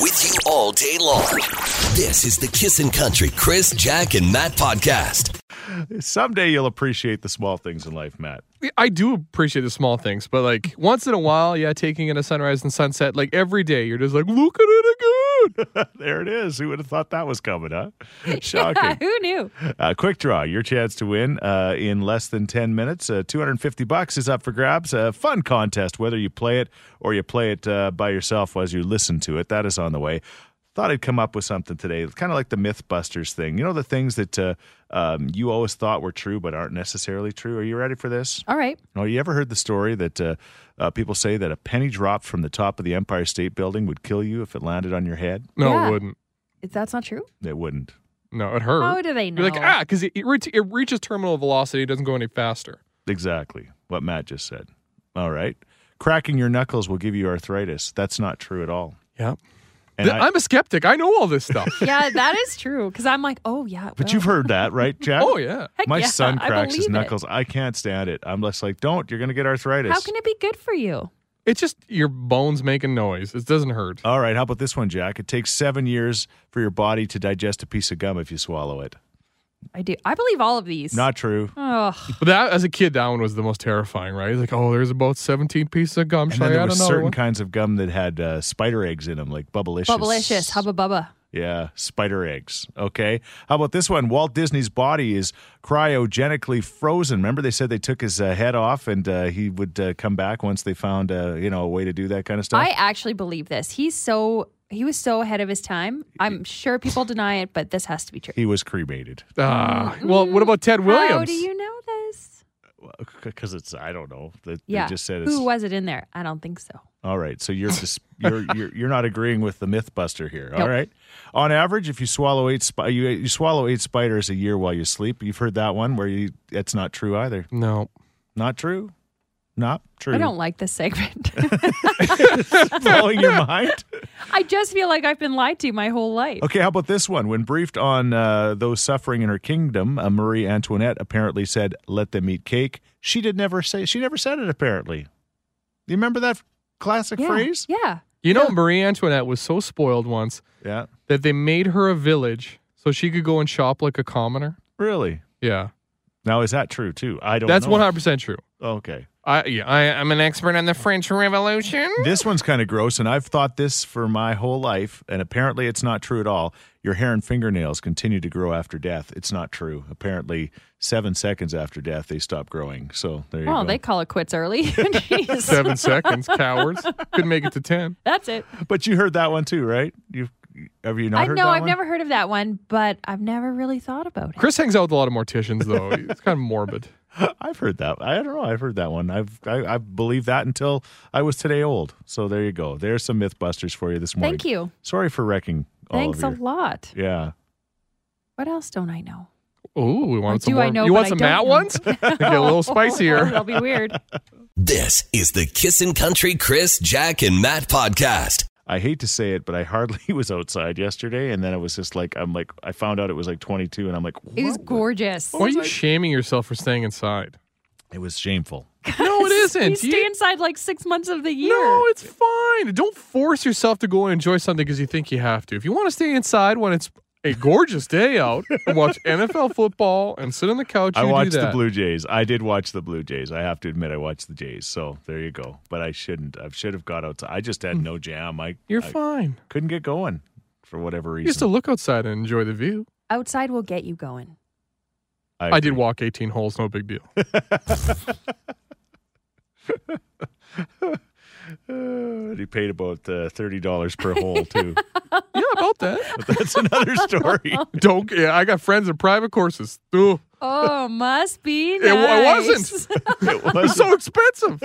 with you all day long. This is the Kissin' Country Chris, Jack, and Matt podcast. Someday you'll appreciate the small things in life, Matt. I do appreciate the small things, but like once in a while, yeah, taking in a sunrise and sunset, like every day, you're just like, look at it again. there it is. Who would have thought that was coming, huh? Yeah, Shocking. who knew? Uh, quick draw, your chance to win uh, in less than 10 minutes. Uh, 250 bucks is up for grabs. A fun contest, whether you play it or you play it uh, by yourself as you listen to it. That is on the way. Thought I'd come up with something today. It's kind of like the Mythbusters thing. You know, the things that uh, um, you always thought were true but aren't necessarily true. Are you ready for this? All right. Oh, you ever heard the story that uh, uh, people say that a penny dropped from the top of the Empire State Building would kill you if it landed on your head? No, Yeah. it wouldn't. If that's not true, It wouldn't. No, it hurt. how do they know? You're like, ah, because it, it, reach- it reaches terminal velocity, it doesn't go any faster. Exactly what Matt just said. All right. Cracking your knuckles will give you arthritis. That's not true at all. Yeah. And I- I'm a skeptic. I know all this stuff. Yeah, that is true. Because I'm like, oh yeah. but you've heard that, right, Jack? oh, yeah. My yeah, son I cracks his believe it. knuckles. I can't stand it. I'm just like, don't. You're going to get arthritis. How can it be good for you? It's just your bones making noise. It doesn't hurt. all right. How about this one, Jack? It takes seven years for your body to digest a piece of gum if you swallow it. I do. I believe all of these. Not true. Ugh. But that, as a kid, that one was the most terrifying, right? Like, oh, there's about 17 pieces of gum. And Should I then there add were another certain one? kinds of gum that had uh, spider eggs in them, like bubblicious. Bubblicious. Hubba bubba. Yeah, spider eggs. Okay. How about this one? Walt Disney's body is cryogenically frozen. Remember, they said they took his uh, head off and uh, he would uh, come back once they found uh, you know a way to do that kind of stuff. I actually believe this. He's so he was so ahead of his time. I'm sure people deny it, but this has to be true. he was cremated Ah, well, what about Ted Williams? Mm-hmm. How do you know this? because it's I don't know. They, they Yeah. just said it's Who was it in there? I don't think so. All right, so you're just you're, you're you're not agreeing with the MythBuster here. All Nope. right, on average, if you swallow eight spi- you, you swallow eight spiders a year while you sleep, you've heard that one where you that's not true either. No. Not true, not true. I don't like this segment. blowing your mind. I just feel like I've been lied to my whole life. Okay, how about this one? When briefed on uh, those suffering in her kingdom, uh, Marie Antoinette apparently said, "Let them eat cake." She did never say she never said it. Apparently, you remember that classic yeah. phrase? Yeah. You know, Marie Antoinette was so spoiled once Yeah, that they made her a village so she could go and shop like a commoner. really. Yeah, Now is that true too? I don't. that's know. one hundred percent true. Okay. I yeah, I, I'm an expert on the French Revolution. This one's kind of gross, and I've thought this for my whole life, and apparently it's not true at all. Your hair and fingernails continue to grow after death. It's not true. Apparently, seven seconds after death, they stop growing. So there you Well, go. they call it quits early. Jeez. Seven seconds, cowards. Couldn't make it to ten. That's it. But you heard that one too, right? You've have you not I heard know that I've one? never heard of that one, but I've never really thought about it. Chris hangs out with a lot of morticians, though. It's kind of morbid. I've heard that. I don't know. I've heard that one. I've I, I believed that until I was today old. So there you go. There's some MythBusters for you this morning. Thank you. Sorry for wrecking. all Thanks a of your, lot. Yeah. What else don't I know? Oh, we want Or some do more. I know? you but want I some don't Matt know? ones? They Get a little spicier. That'll be weird. This is the Kissin' Country Chris, Jack, and Matt podcast. I hate to say it, but I hardly was outside yesterday, and then it was just like I'm like I found out it was like 22, and I'm like It was "What?" gorgeous. Why are you shaming yourself for staying inside? It was shameful. No, it isn't. You You- stay inside like six months of the year. No, it's fine. Don't force yourself to go and enjoy something because you think you have to. If you want to stay inside when it's a gorgeous day out and watch NFL football and sit on the couch, I you watched do the that. Blue Jays. I did watch the Blue Jays. I have to admit, I watched the Jays. So there you go. But I shouldn't. I should have got outside. I just had no jam. I Hmm. You're I fine. couldn't get going for whatever You just reason. to look outside and enjoy the view. Outside will get you going. I did agree. walk 18 holes, no big deal. Uh, he paid about uh, thirty dollars per hole too. yeah, about that. But that's another story. Don't. Yeah, I got friends in private courses. Ooh, Oh, must be. It wa- nice. wasn't. it it's was so expensive.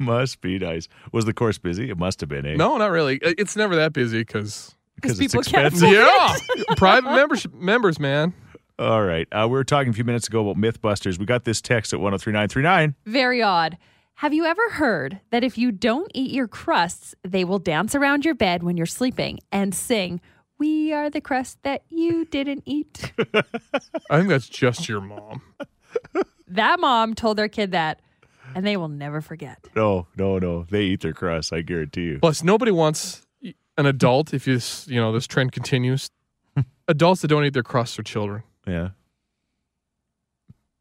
must be nice. Was the course busy? It must have been. Eh? No, not really. It- It's never that busy because. because it's people can't expensive. Yeah, private membership members, man. All right. Uh, we were talking a few minutes ago about Mythbusters. We got this text at 103939. Very odd. Have you ever heard that if you don't eat your crusts, they will dance around your bed when you're sleeping and sing, We are the crust that you didn't eat? I think that's just your mom. that mom told their kid that, and they will never forget. No, no, no. They eat their crust, I guarantee you. Plus, nobody wants. an adult, if this you know this trend continues, adults that don't eat their crusts are children. Yeah.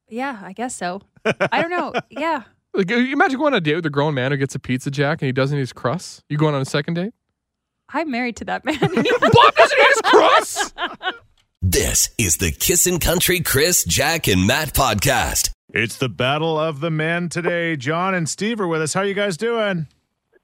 Yeah, I guess so. I don't know. Yeah. Like, uh, imagine going on a date with a grown man who gets a pizza jack and he doesn't eat his crusts. You going on a second date? I'm married to that man. Bob doesn't eat his crusts. This is the Kissin' Country Chris, Jack, and Matt podcast. It's the battle of the men today. John and Steve are with us. How you guys doing?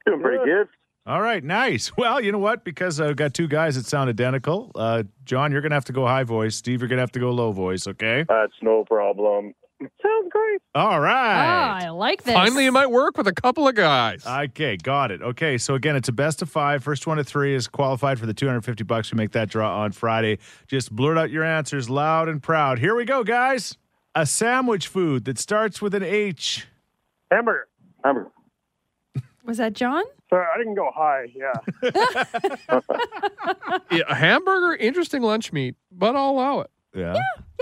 Doing pretty good. All right, nice. Well, you know what? Because I've got two guys that sound identical. Uh, John, you're gonna have to go high voice. Steve, you're gonna have to go low voice. Okay. That's no problem. Sounds great. All Ah, right. I like this. Finally, it might work with a couple of guys. Okay, got it. Okay, so again, it's a best of five. First one to three is qualified for the 250 bucks. We make that draw on Friday. Just blurt out your answers loud and proud. Here we go, guys. A sandwich food that starts with an H. Hamburger. Hamburger. Was that John? Sorry, I didn't go high. Yeah. Yeah, a hamburger, interesting lunch meat, but I'll allow it. Yeah.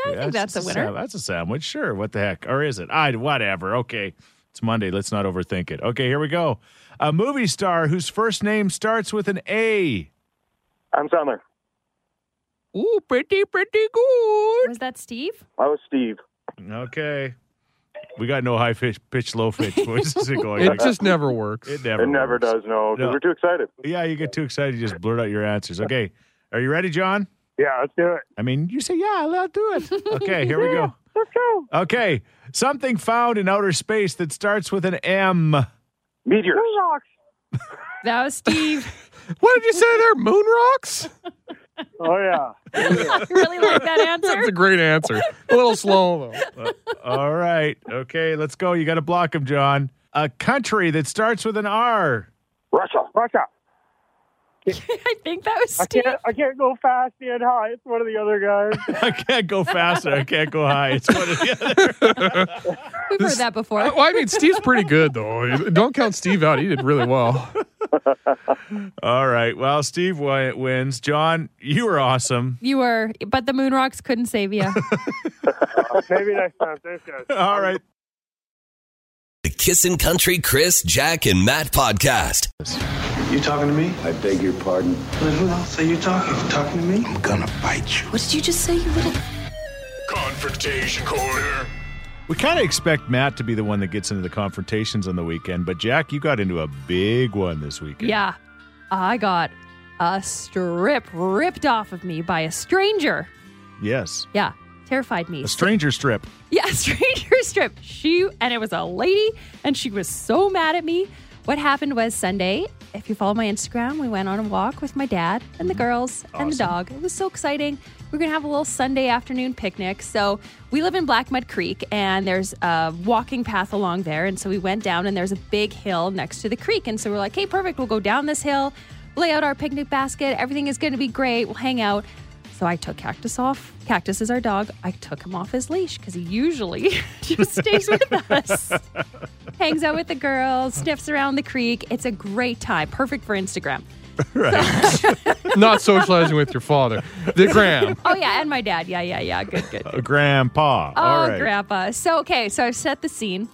Yeah, I think that's a it's winner. sam- that's a sandwich. Sure. What the heck? Or is it? I whatever. Okay. It's Monday. Let's not overthink it. Okay, here we go. A movie star whose first name starts with an A. I'm Sandler. Ooh, pretty, pretty good. Was that Steve? I was Steve. Okay. We got no high pitch, pitch low pitch voices going. It just never works. it never it never works. does, no, because No. we're too excited. Yeah, you get too excited, you just blurt out your answers. Okay. Are you ready, John? Yeah, let's do it. I mean, you say, yeah, I'll do it. Okay, here we go. Okay. Something found in outer space that starts with an M. Meteors. Rocks. That was Steve. What did you say there? Moon rocks? Oh yeah. I really like that That's a answer. great answer. A little slow though. All right. Okay, let's go. You got to block him, John. A country that starts with an R. Russia. Russia. I think that was I Steve. can't. I can't go fast and high. It's one of the other guys. I can't go faster. I can't go high. It's one or the other. We've heard that before. Well, I mean, Steve's pretty good though. Don't count Steve out. He did really well. All right. Well, Steve Wyatt wins. John, you were awesome. You were, but the moon rocks couldn't save you. Maybe next time. Thanks, guys. All right. The Kissin' Country Chris, Jack, and Matt podcast. You talking to me? I beg your pardon. Then who else are you talking? You talking to me? I'm gonna bite you. What did you just say, you little? Confrontation Corner. We kind of expect Matt to be the one that gets into the confrontations on the weekend, but Jack, you got into a big one this weekend. yeah. I got a strip ripped off of me by a stranger. Yes. Yeah. Terrified me. A stranger strip. Yeah, stranger strip. She and it was a lady, and she was so mad at me. What happened was Sunday. If you follow my Instagram, we went on a walk with my dad and the girls and the dog. It was so exciting. We're gonna have a little Sunday afternoon picnic. So we live in Black Mud Creek, and there's a walking path along there. And so we went down, and there's a big hill next to the creek. And so we're like, "Hey, perfect. We'll go down this hill, lay out our picnic basket. Everything is gonna be great. We'll hang out." So I took Cactus off. Cactus is our dog. I took him off his leash because he usually just stays with us, hangs out with the girls, sniffs around the creek. It's a great time, perfect for Instagram. Not socializing with your father. The gram. Oh yeah, and my dad. Yeah, yeah, yeah. Good, good. A grandpa. All Oh, right. grandpa. So, okay, so I've set the scene.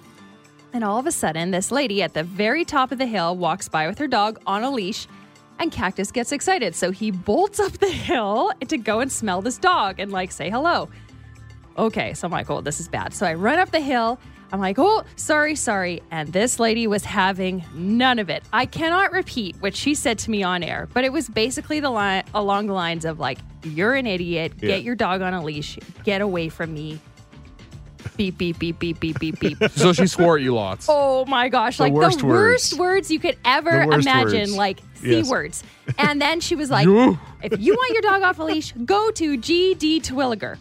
And all of a sudden, this lady at the very top of the hill walks by with her dog on a leash, and Cactus gets excited. So he bolts up the hill to go and smell this dog and like say hello. Okay, so I'm like, oh, this is bad. So I run up the hill. I'm like, oh, sorry, sorry. And this lady was having none of it. I cannot repeat what she said to me on air, but it was basically the line along the lines of like, you're an idiot. Yeah. Get your dog on a leash. Get away from me beep beep beep beep beep beep beep. So she swore at you lots. Oh my gosh! like worst the worst words. words. you could ever The worst imagine, words. like c Yes. words. And then she was like, You. "If you want your dog off a leash, go to GD Twilliger."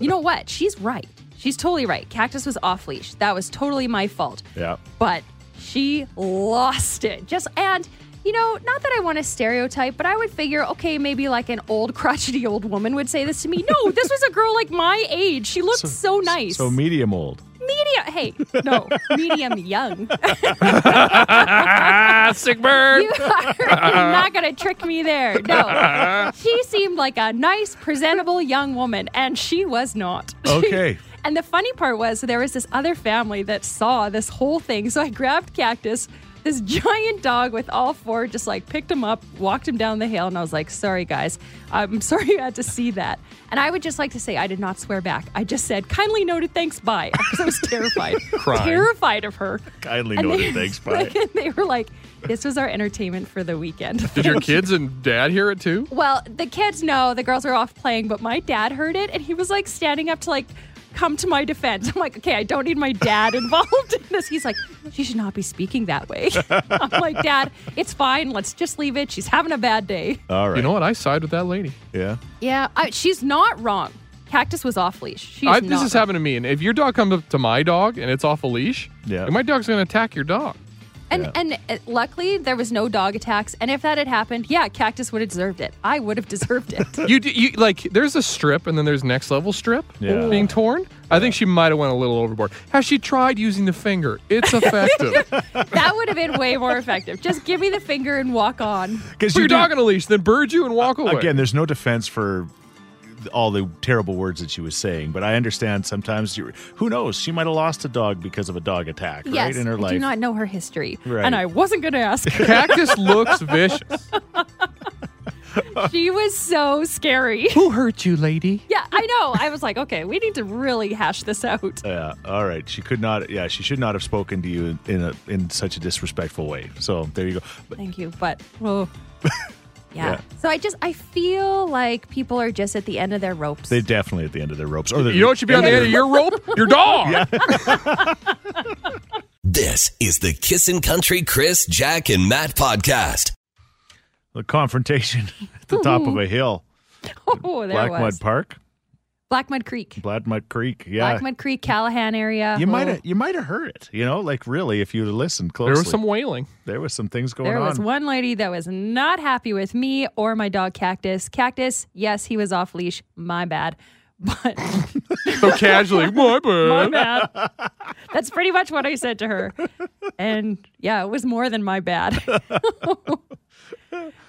you know what? She's right. She's totally right. Cactus was off leash. That was totally my fault Yeah. but she lost it. Just and you know, not that I want to stereotype, but I would figure, okay, maybe like an old crotchety old woman would say this to me. No, this was a girl like my age. She looked so, nice. So medium old. medium. Hey, no, medium young. Ah, sick bird. You are not going to trick me there. No, she seemed like a nice, presentable young woman, and she was not. She- Okay. and the funny part was there was this other family that saw this whole thing. So I grabbed Cactus. This giant dog with all four just like picked him up, walked him down the hill, and I was like, sorry, guys. I'm sorry you had to see that. And I would just like to say I did not swear back. I just said, kindly noted, thanks, bye. Because I was terrified. Crying. Terrified of her. Kindly And noted, thanks, bye. and they were like, this was our entertainment for the weekend. Did your kids and dad hear it too? Well, the kids know the girls are off playing, but my dad heard it and he was like standing up to like come to my defense. I'm like, okay, I don't need my dad involved in this. He's like, she should not be speaking that way. I'm like, Dad, it's fine. Let's just leave it. She's having a bad day. All right. You know what? I side with that lady. yeah. Yeah, I, she's not wrong. Cactus was off leash. She's I, not. this has wrong. happened to me. And if your dog comes up to my dog and it's off a leash, Yeah. then my dog's going to attack your dog. And Yeah. and uh, luckily there was no dog attacks. And if that had happened, yeah, Cactus would have deserved it. I would have deserved it. You, d- you like there's a strip and then there's next level strip Yeah. being torn. I think she might have went a little overboard. Has she tried using the finger? It's effective. Put that would have been way more effective. Just give me the finger and walk on. Because your dog on a leash, then bird you and walk away. Again, there's no defense for all the terrible words that she was saying, but I understand sometimes you who knows, she might have lost a dog because of a dog attack, right? In her I life. do not know her history, Right. and I wasn't going to ask. her. Cactus looks vicious. she was so scary. Who hurt you, lady? yeah, I know. I was like, okay, we need to really hash this out. yeah. All right. She could not yeah, she should not have spoken to you in a in such a disrespectful way. So there you go. But Thank you, but oh, yeah. Yeah. So I just I feel like people are just at the end of their ropes. they definitely at the end of their ropes. Or they're- You know what should be on the end of your rope? Your dog. This is the Kissin' Country Chris, Jack, and Matt podcast. the confrontation at the top of a hill. oh, there Black was Mud Park. Black Mud Creek, Black Mud Creek. Yeah. Black Mud Creek, Callahan area. you Oh, might have you might have heard it, you know, like really if you listened closely. There was some wailing. there was some things going There on. was one lady that was not happy with me or my dog Cactus. Cactus, yes, he was off leash. My bad. But So casually, my bad. my bad. That's pretty much what I said to her. And yeah, it was more than my bad.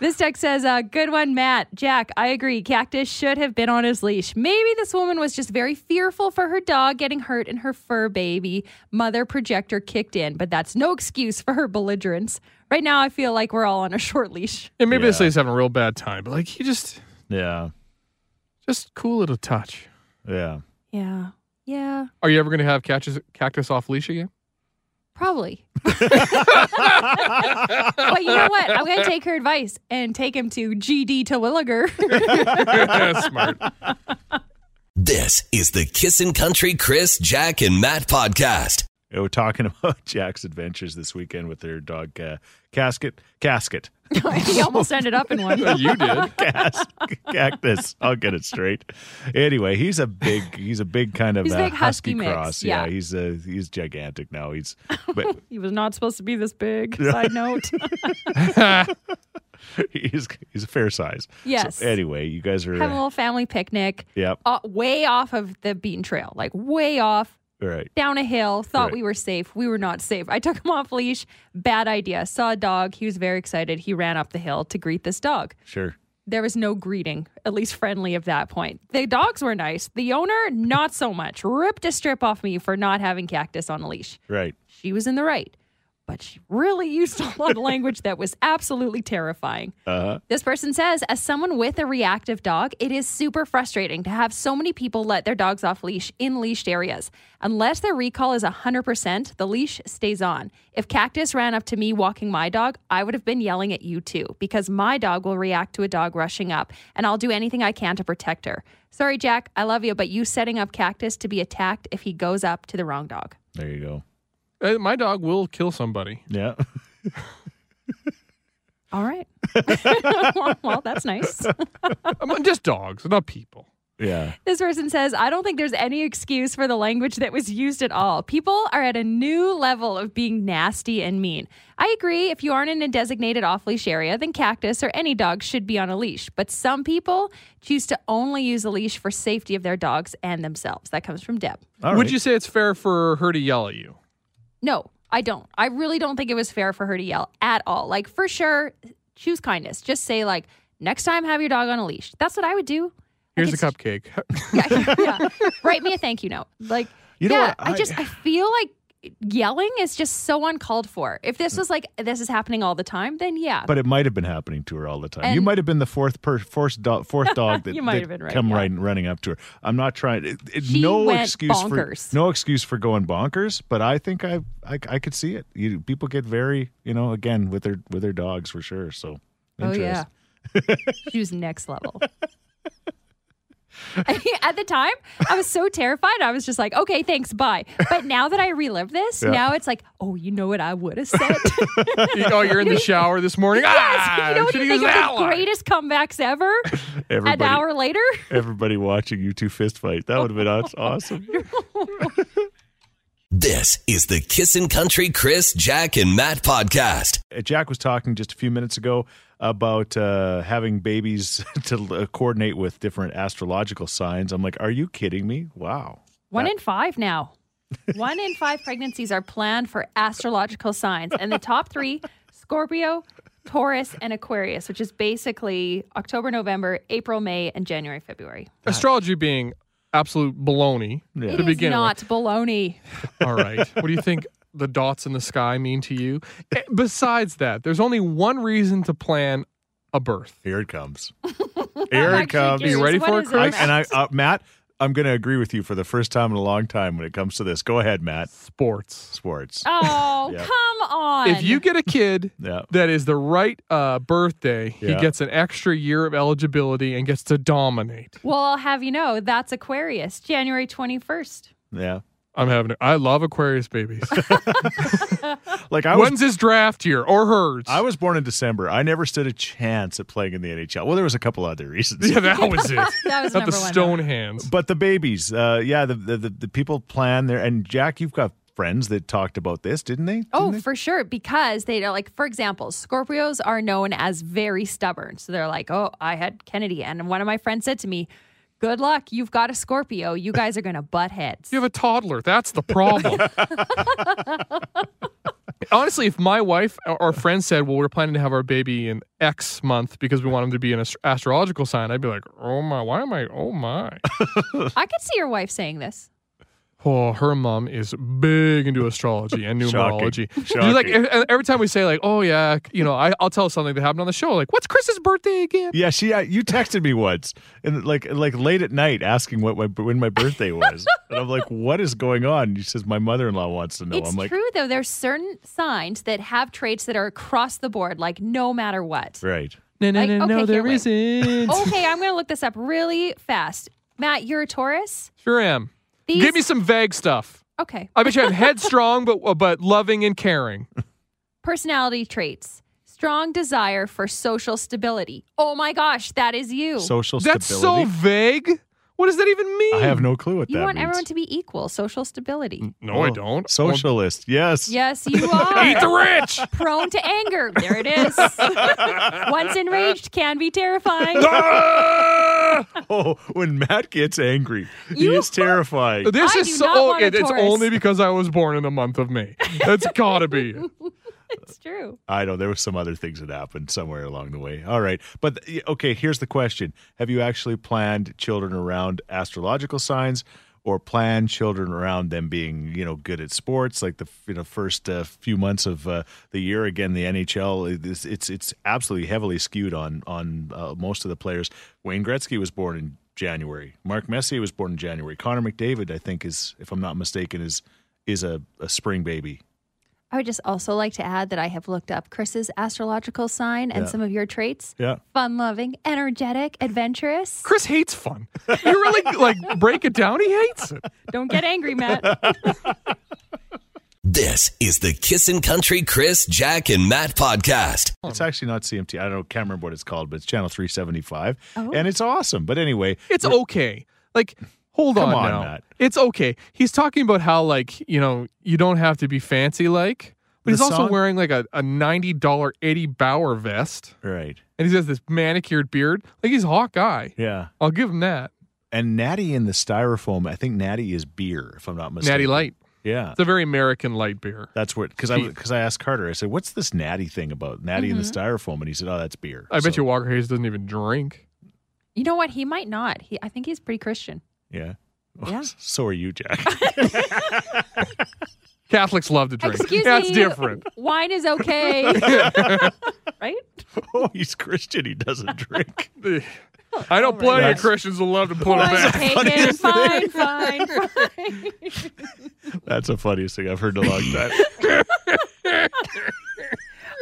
this text says, uh, good one, Matt. Jack, I agree. Cactus should have been on his leash. Maybe this woman was just very fearful for her dog getting hurt and her fur baby. Mother projector kicked in, but that's no excuse for her belligerence. Right now, I feel like we're all on a short leash. And maybe this Yeah. lady's having a real bad time, but like you just Yeah. just cool it a touch. Yeah. Yeah. Yeah. Are you ever gonna have cactus cactus off leash again? Probably. but you know what? I'm going to take her advice and take him to GD Terwilliger. smart. This is the Kissin' Country Chris, Jack, and Matt podcast. Yeah, we're talking about Jack's adventures this weekend with their dog uh, Casket. Casket. he almost ended up in one. you did. Cas- cactus. I'll get it straight. Anyway, he's a big he's a big kind of He's a uh, big husky mix, cross. yeah. he's uh, he's gigantic now. He's but He was not supposed to be this big. Side note. he's he's a fair size. Yes. So anyway, you guys Have a are little family picnic. Yep. Uh, way off of the beaten trail, like way off, Right. down a hill. Thought Right. we were safe. We were not safe. I took him off leash. Bad idea. Saw a dog. He was very excited. He ran up the hill to greet this dog. Sure. there was no greeting, at least friendly at that point. The dogs were nice. The owner, not so much. Ripped a strip off me for not having cactus on a leash. Right. She was in the right, but she really used a lot of language that was absolutely terrifying. Uh-huh. This person says, as someone with a reactive dog, it is super frustrating to have so many people let their dogs off leash in leashed areas. Unless their recall is 100%, the leash stays on. If Cactus ran up to me walking my dog, I would have been yelling at you too, because my dog will react to a dog rushing up, and I'll do anything I can to protect her. Sorry, Jack, I love you, but you setting up Cactus to be attacked if he goes up to the wrong dog. There you go. Uh, My dog will kill somebody. Yeah. All right. well, that's nice. I'm on- Um, uh, just dogs, not people. yeah. This person says, I don't think there's any excuse for the language that was used at all. People are at a new level of being nasty and mean. I agree, if you aren't in a designated off leash area, then cactus or any dog should be on a leash. But some people choose to only use a leash for safety of their dogs and themselves. That comes from Deb. All Would right. you say it's fair for her to yell at you? No, I don't. I really don't think it was fair for her to yell at all. Like, for sure, choose kindness. Just say, like, next time have your dog on a leash. That's what I would do. Here's Like, a it's- cupcake. yeah, yeah. Write me a thank you note. Like, You know yeah, what? I, I- just I feel like yelling is just so uncalled for. If this was like this is happening all the time, then yeah. But it might have been happening to her all the time. you And- might have been the fourth per, fourth dog, fourth dog that, You might that have been right, come yeah. right running up to her. I'm not trying. It, it- She no went excuse bonkers. for no excuse for going bonkers. But I think I I, I could see it. You, people get very you know again with their with their dogs for sure. So oh yeah, interest. she was next level. I mean, At the time, I was so terrified. I was just like, "Okay, thanks, bye." But now that I relived this, Yeah. now it's like, "Oh, you know what I would have said." You- oh, you're in the shower this morning. Ah, you know what should've you used think of that the one. greatest comebacks ever? An Everybody, hour later, everybody watching you two fist fight. That would have been aw- awesome. This is the Kissin' Country Chris, Jack, and Matt podcast. Uh, Jack was talking just a few minutes ago about uh, having babies to uh, coordinate with different astrological signs. I'm like, are you kidding me? Wow. one in five now. One in five pregnancies are planned for astrological signs, and the top three: Scorpio, Taurus, and Aquarius, which is basically October, November, April, May, and January, February. Astrology being absolute baloney Yeah. to It is begin not baloney. with. All right. What do you think the dots in the sky mean to you? Eh, Besides that, there's only one reason to plan a birth. Here it comes. Here actually it comes. curious. You ready What for it, is I, Chris? and I, uh, Matt, I'm going to agree with you for the first time in a long time when it comes to this. Go ahead, Matt. Sports. Sports. Oh, Yeah. come on. If you get a kid Yeah. that is the right uh, birthday, he Yeah. gets an extra year of eligibility and gets to dominate. well, I'll have you know that's Aquarius, January 21st. Yeah. I'm having. I love Aquarius babies. Like I was When's his draft year or hers? I was born in December. I never stood a chance at playing in the NHL. Well, there was a couple other reasons. yeah, that was it. That was Not number the one. stone hands. But the babies, uh, yeah, the, the the the people plan there. And Jack, you've got friends that talked about this, didn't they? Oh, for sure, because they don't like. For example, Scorpios are known as very stubborn, so they're like, "Oh, I had Kennedy," and one of my friends said to me, "Good luck, you've got a Scorpio. You guys are gonna butt heads." You have a toddler. That's the problem. Honestly, if my wife or or friend said, "Well, we're planning to have our baby in X month because we want him to be an ast- astrological sign," I'd be like, "Oh my, why am I? Oh my." I could see your wife saying this. Oh, her mom is big into astrology and Shocking. numerology. She's like Shocking. e- every time we say like, "Oh yeah," you know, I, I'll tell something that happened on the show. Like, what's Chris's birthday again? Yeah, she. Uh, you texted me once, and like like late at night, asking what my when my birthday was, and I'm like, "What is going on?" And she says, "My mother-in-law wants to know." it's I'm like, true though. There's certain signs that have traits that are across the board, like no matter what. "Right." No, no, Like, no, okay, no, here, there wait. Oh. isn't. Okay, I'm gonna look this up really fast. Matt, you're a Taurus. Sure am. These, Give me some vague stuff. okay. I bet you I'm headstrong, but but loving and caring. Personality traits. Strong desire for social stability. Oh my gosh, that is you. Social That's so stability. vague. What does that even mean? I have no clue what you that want means. everyone to be equal, social stability. No, I don't. Socialist. Yes. Yes, you are. Eat the rich. Prone to anger. There it is. Once enraged can be terrifying. Oh, when Matt gets angry, he You is terrifying. This I is do so. not oh, want a it- it's Taurus. only because I was born in the month of May. That's gotta be. it. it's true. I know there were some other things that happened somewhere along the way. All right, but y- okay. Here's the question: Have you actually planned children around astrological signs, or planned children around them being, you know, good at sports? Like the f- you know first uh, few months of uh, the year. Again, the NHL it- it's it's, it's absolutely heavily skewed on on uh, most of the players. Wayne Gretzky was born in January. Mark Messier was born in January. Connor McDavid, I think, is if I'm not mistaken, is is a, a spring baby. I would just also like to add that I have looked up Chris's astrological sign and Yeah. some of your traits. Yeah. Fun loving, energetic, adventurous. Chris hates fun. You really like break it down. He hates it. Don't get angry, Matt. This is the Kissin' Country Chris, Jack, and Matt podcast. It's actually not CMT. I don't know, can't remember what it's called, but it's Channel 375. Oh. And it's awesome. But anyway, It's okay. Like, hold Come on, on, now. Matt. It's okay. He's talking about how like you know you don't have to be fancy like, The but he's also song- wearing like a, a ninety dollar Eddie Bauer vest, right. and he has this manicured beard. Like he's Hawkeye. Yeah. I'll give him that. And Natty in the styrofoam, I think Natty is beer, if I'm not mistaken. Natty Light. Yeah. It's a very American light beer. That's what, because I, because I asked Carter, I said, what's this Natty thing about Natty in the styrofoam? And he said, oh, that's beer. Mm-hmm. I bet So, you Walker Hayes doesn't even drink. You know what? He might not. He, I think he's pretty Christian. Yeah. Yeah. so are you, Jack. Catholics love to drink. Excuse That's me. different. Wine is okay. right? Oh, he's Christian. He doesn't drink. I Oh know plenty That's- of Christians that love to put it Wine back. taken. Fine, fine, fine. That's the funniest thing I've heard in a long time.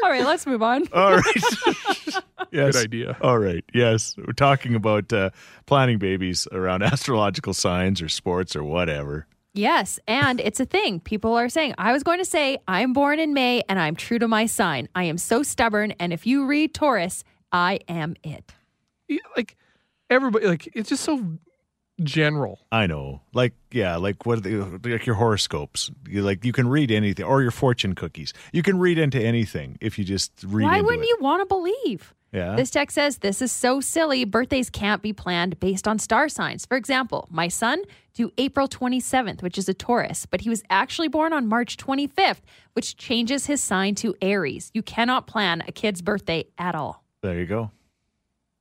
All right, let's move on. All right. yes. Good idea. All right. Yes. We're talking about uh, planning babies around astrological signs or sports or whatever. Yes, and it's a thing. People are saying, I was going to say, I'm born in May and I'm true to my sign. I am so stubborn. And if you read Taurus, I am it. Yeah, Like everybody, like it's just so general. I know. Like, yeah, like what are the, like your horoscopes. You like you can read anything or your fortune cookies. You can read into anything if you just read Why into wouldn't it. you want to believe? Yeah. This text says, This is so silly. Birthdays can't be planned based on star signs. For example, my son due April 27th, which is a Taurus, but he was actually born on March 25th, which changes his sign to Aries. You cannot plan a kid's birthday at all. there you go.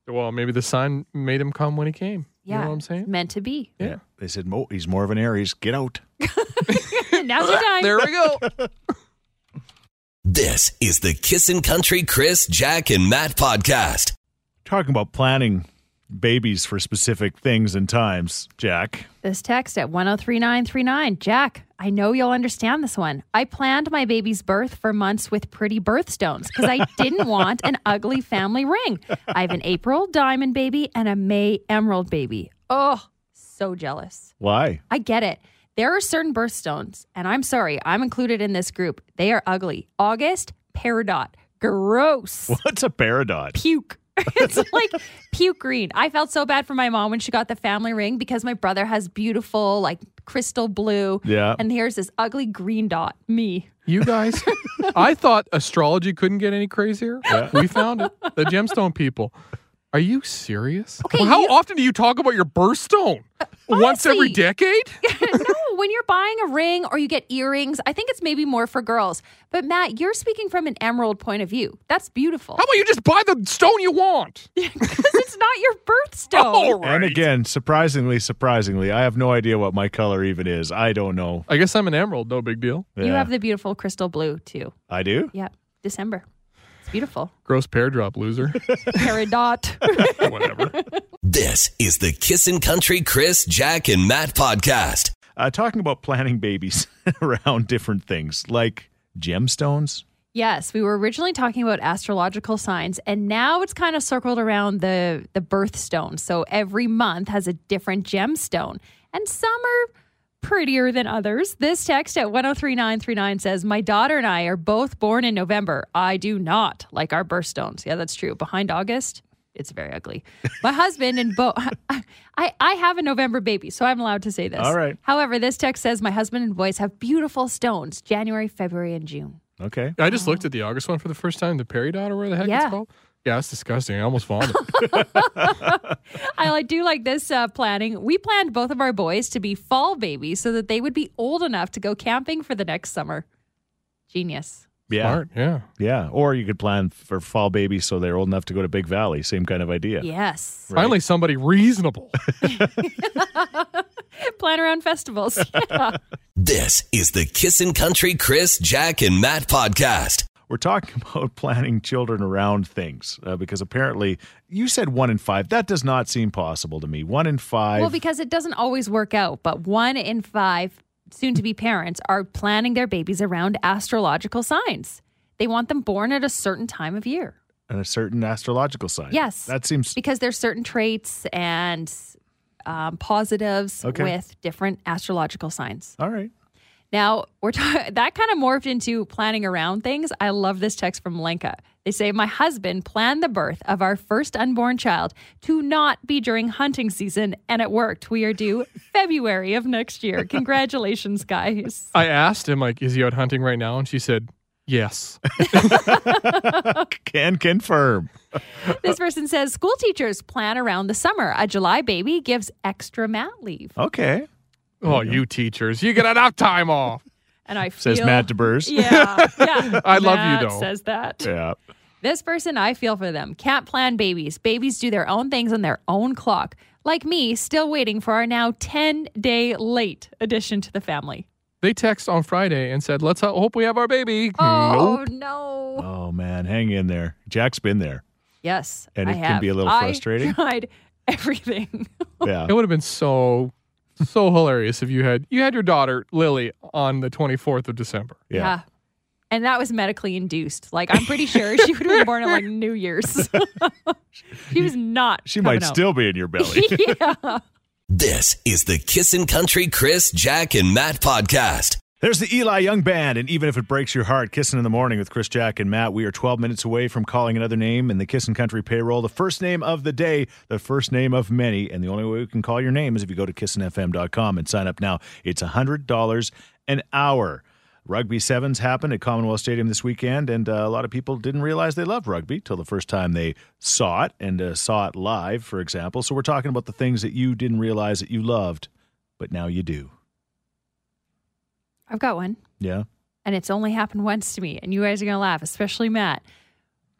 Well, maybe the sign made him come when he came. Yeah. You know what I'm saying? Meant to be. Yeah. They said Mo, he's more of an Aries. Get out. Now's your time. There we go. This is the Kissin' Country Chris, Jack, and Matt podcast. Talking about planning babies for specific things and times, Jack. This text at 103939. Jack, I know you'll understand this one. I planned my baby's birth for months with pretty birthstones because I didn't want an ugly family ring. I have an April diamond baby and a May emerald baby. Oh, so jealous. Why? I get it. There are certain birthstones, and I'm sorry, I'm included in this group. They are ugly. August, peridot. Gross What's a peridot? puke. it's like puke green. I felt so bad for my mom when she got the family ring because my brother has beautiful, like crystal blue. Yeah. And here's this ugly green dot. Me. You guys, I thought astrology couldn't get any crazier. We found it. The gemstone people. Are you serious? Okay, Well, how you- Uh, often do you talk about your birthstone? Once every honestly. decade? no, when you're buying a ring or you get earrings, I think it's maybe more for girls. But Matt, you're speaking from an emerald point of view. That's beautiful. How about you just buy the stone you want? Because it's not your All birthstone. right. And again, surprisingly, surprisingly, I have no idea what my color even is. I don't know. I guess I'm an emerald. No big deal. You Yeah. have the beautiful crystal blue too. I do. Yeah. December. It's beautiful. Gross pear drop loser. Peridot. Whatever. This is the Kissin' Country Chris, Jack, and Matt podcast. Uh, talking about planning babies around different things like gemstones. Yes, we were originally talking about astrological signs, and now it's kind of circled around the the birthstone. So every month has a different gemstone, and some are prettier than others. This text at 103939 says, My daughter and I are both born in November. I do not like our birthstones. Yeah, that's true. Behind August, it's very ugly. My husband and both I, I have a November baby, so I'm allowed to say this. All right. However, this text says my husband and boys have beautiful stones, January, February, and June. Okay. I just looked at the August one for the first time, the peridot or where the heck Yeah. it's called. Yeah, it's disgusting. I almost vomited. I like- do like this uh, planning. We planned both of our boys to be fall babies so that they would be old enough to go camping for the next summer. Genius. Yeah. Smart. Yeah. Yeah. Or you could plan for fall babies so they're old enough to go to Big Valley. Same kind of idea. Yes. Finally, somebody reasonable. Plan around festivals. Yeah. This is the Kissin' Country Chris, Jack, and Matt podcast. We're talking about planning children around things uh, because apparently you said one in five. That does not seem possible to me. One in five. well, because it doesn't always work out, but one in five soon to be parents are planning their babies around astrological signs. They want them born at a certain time of year and a certain astrological sign. Yes. That seems. because there's certain traits and um, positives Okay. with different astrological signs. All right. Now we're ta- that kind of morphed into planning around things. I love this text from Lenka. They say my husband planned the birth of our first unborn child to not be during hunting season, and it worked. We are due February of next year. Congratulations, guys! I asked him, like, is he out hunting right now? And she said, yes. Can confirm. This person says school teachers plan around the summer. A July baby gives extra mat leave, Okay. Oh, you teachers, you get enough time off. and I feel Says Matt DeBurse. Yeah, yeah. I love you, Matt though. Says that. Yeah. This person, I feel for them. Can't plan babies. Babies do their own things on their own clock. Like me, still waiting for our now 10 day late addition to the family. They text on Friday and said, "Let's ho- hope we have our baby." Oh, Nope. no. Oh man, hang in there. Jack's been there. Yes. And I it can have. be a little I frustrating. tried everything. Yeah. It would have been so so hilarious if you had you had your daughter Lily on the 24th of December. Yeah. And that was medically induced. Like, I'm pretty sure she would have been born at like New Year's. she was not. She coming might out. still be in your belly. yeah. This is the Kissin' Country Chris, Jack, and Matt podcast. There's the Eli Young Band, and even if it breaks your heart, Kissing in the Morning with Chris Jack and Matt. We are 12 minutes away from calling another name in the Kissin' Country payroll. The first name of the day, the first name of many, and the only way we can call your name is if you go to kissinfm.com and sign up now. It's $100 an hour. Rugby sevens happened at Commonwealth Stadium this weekend, and uh, a lot of people didn't realize they loved rugby till the first time they saw it and uh, saw it live, for example. So we're talking about the things that you didn't realize that you loved, but now you do. I've got one. Yeah. And it's only happened once to me. And you guys are going to laugh, especially Matt.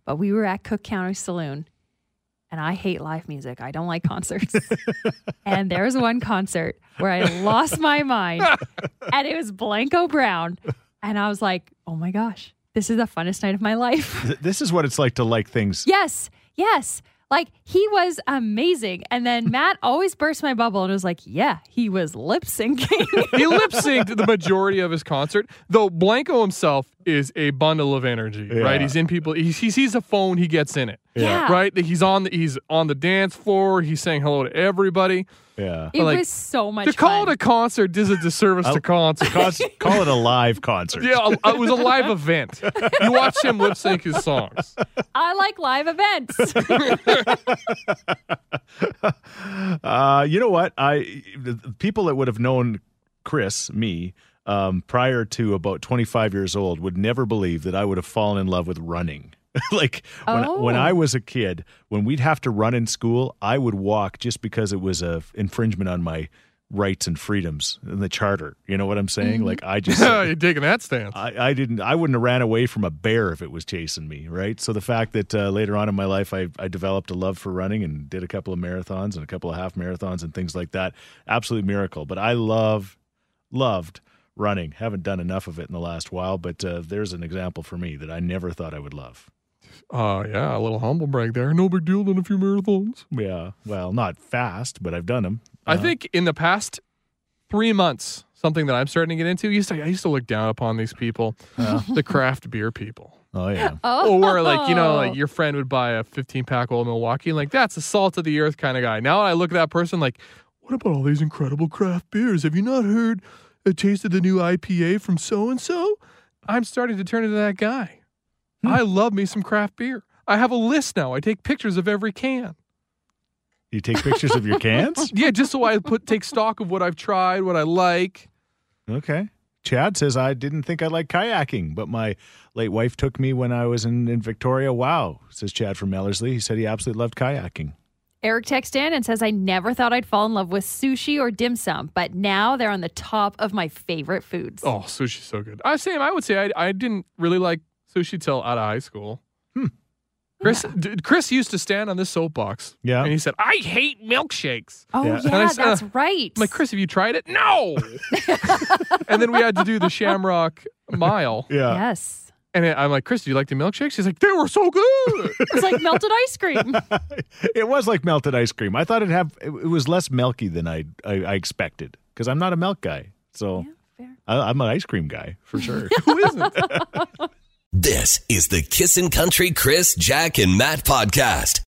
But we were at Cook County Saloon. And I hate live music. I don't like concerts. and there was one concert where I lost my mind. And it was Blanco Brown. And I was like, oh my gosh, this is the funnest night of my life. Th- this is what it's like to like things. Yes, yes. Like he was amazing. And then Matt always burst my bubble and was like, yeah, he was lip syncing. He lip synced the majority of his concert, though Blanco himself is a bundle of energy, right? He's in people. He he sees a phone, he gets in it, Yeah. right? He's on the he's on the dance floor. He's saying hello to everybody. Yeah. it Like, was so much to call fun. it a concert is a disservice to concert. Cause, call it a live concert. yeah, it was a live event. You watch him lip sync his songs. I like live events. Uh, you know what? I the- the people that would have known Chris, me, um, prior to about 25 years old would never believe that I would have fallen in love with running. like when, when Oh. I was a kid, when we'd have to run in school, I would walk just because it was a infringement on my rights and freedoms in the charter. You know what I'm saying? Like I just You're taking that stance. I, I didn't I wouldn't have ran away from a bear if it was chasing me, right? So the fact that uh, later on in my life I, I developed a love for running and did a couple of marathons and a couple of half marathons and things like that, absolute miracle. But I love loved running. Haven't done enough of it in the last while, but uh, there's an example for me that I never thought I would love. Oh yeah, a little humble brag there. No big deal in a few marathons. Yeah, well, not fast, but I've done Uh, them. I think in the past three months, something that I'm starting to get into. Used to I used to look down upon these people, the craft beer people. Oh yeah. oh, Or where like you know like your friend would buy a 15 pack old Milwaukee, and like that's a salt of the earth kind of guy. Now I look at that person like, what about all these incredible craft beers? Have you not heard? I tasted the new IPA from so and so. I'm starting to turn into that guy. I love me some craft beer. I have a list now. I take pictures of every can. You take pictures of your cans? Yeah, just so I put take stock of what I've tried, what I like. Okay. Chad says I didn't think I liked kayaking, but my late wife took me when I was in, in Victoria. Wow, says Chad from Ellerslie. He said he absolutely loved kayaking. Eric texts in and says, I never thought I'd fall in love with sushi or dim sum, but now they're on the top of my favorite foods. Oh, sushi's so good. I same. I would say I, I didn't really like sushi till out of high school. Hmm. Chris d- Chris used to stand on this soapbox. Yeah. and he said, "I hate milkshakes." Oh, Yeah. yeah, And I s- that's uh, right. I'm like, Chris, have you tried it? No. and then we had to do the Shamrock Mile, Yeah. yes. and I'm like, Chris, do you like the milkshakes? She's like, they were so good. It's like melted ice cream. It was like melted ice cream. I thought it'd have it, it was less milky than I I, I expected because I'm not a milk guy. So Yeah, fair. I, I'm an ice cream guy for sure. Who isn't? This is the Kissin' Country Chris, Jack, and Matt podcast.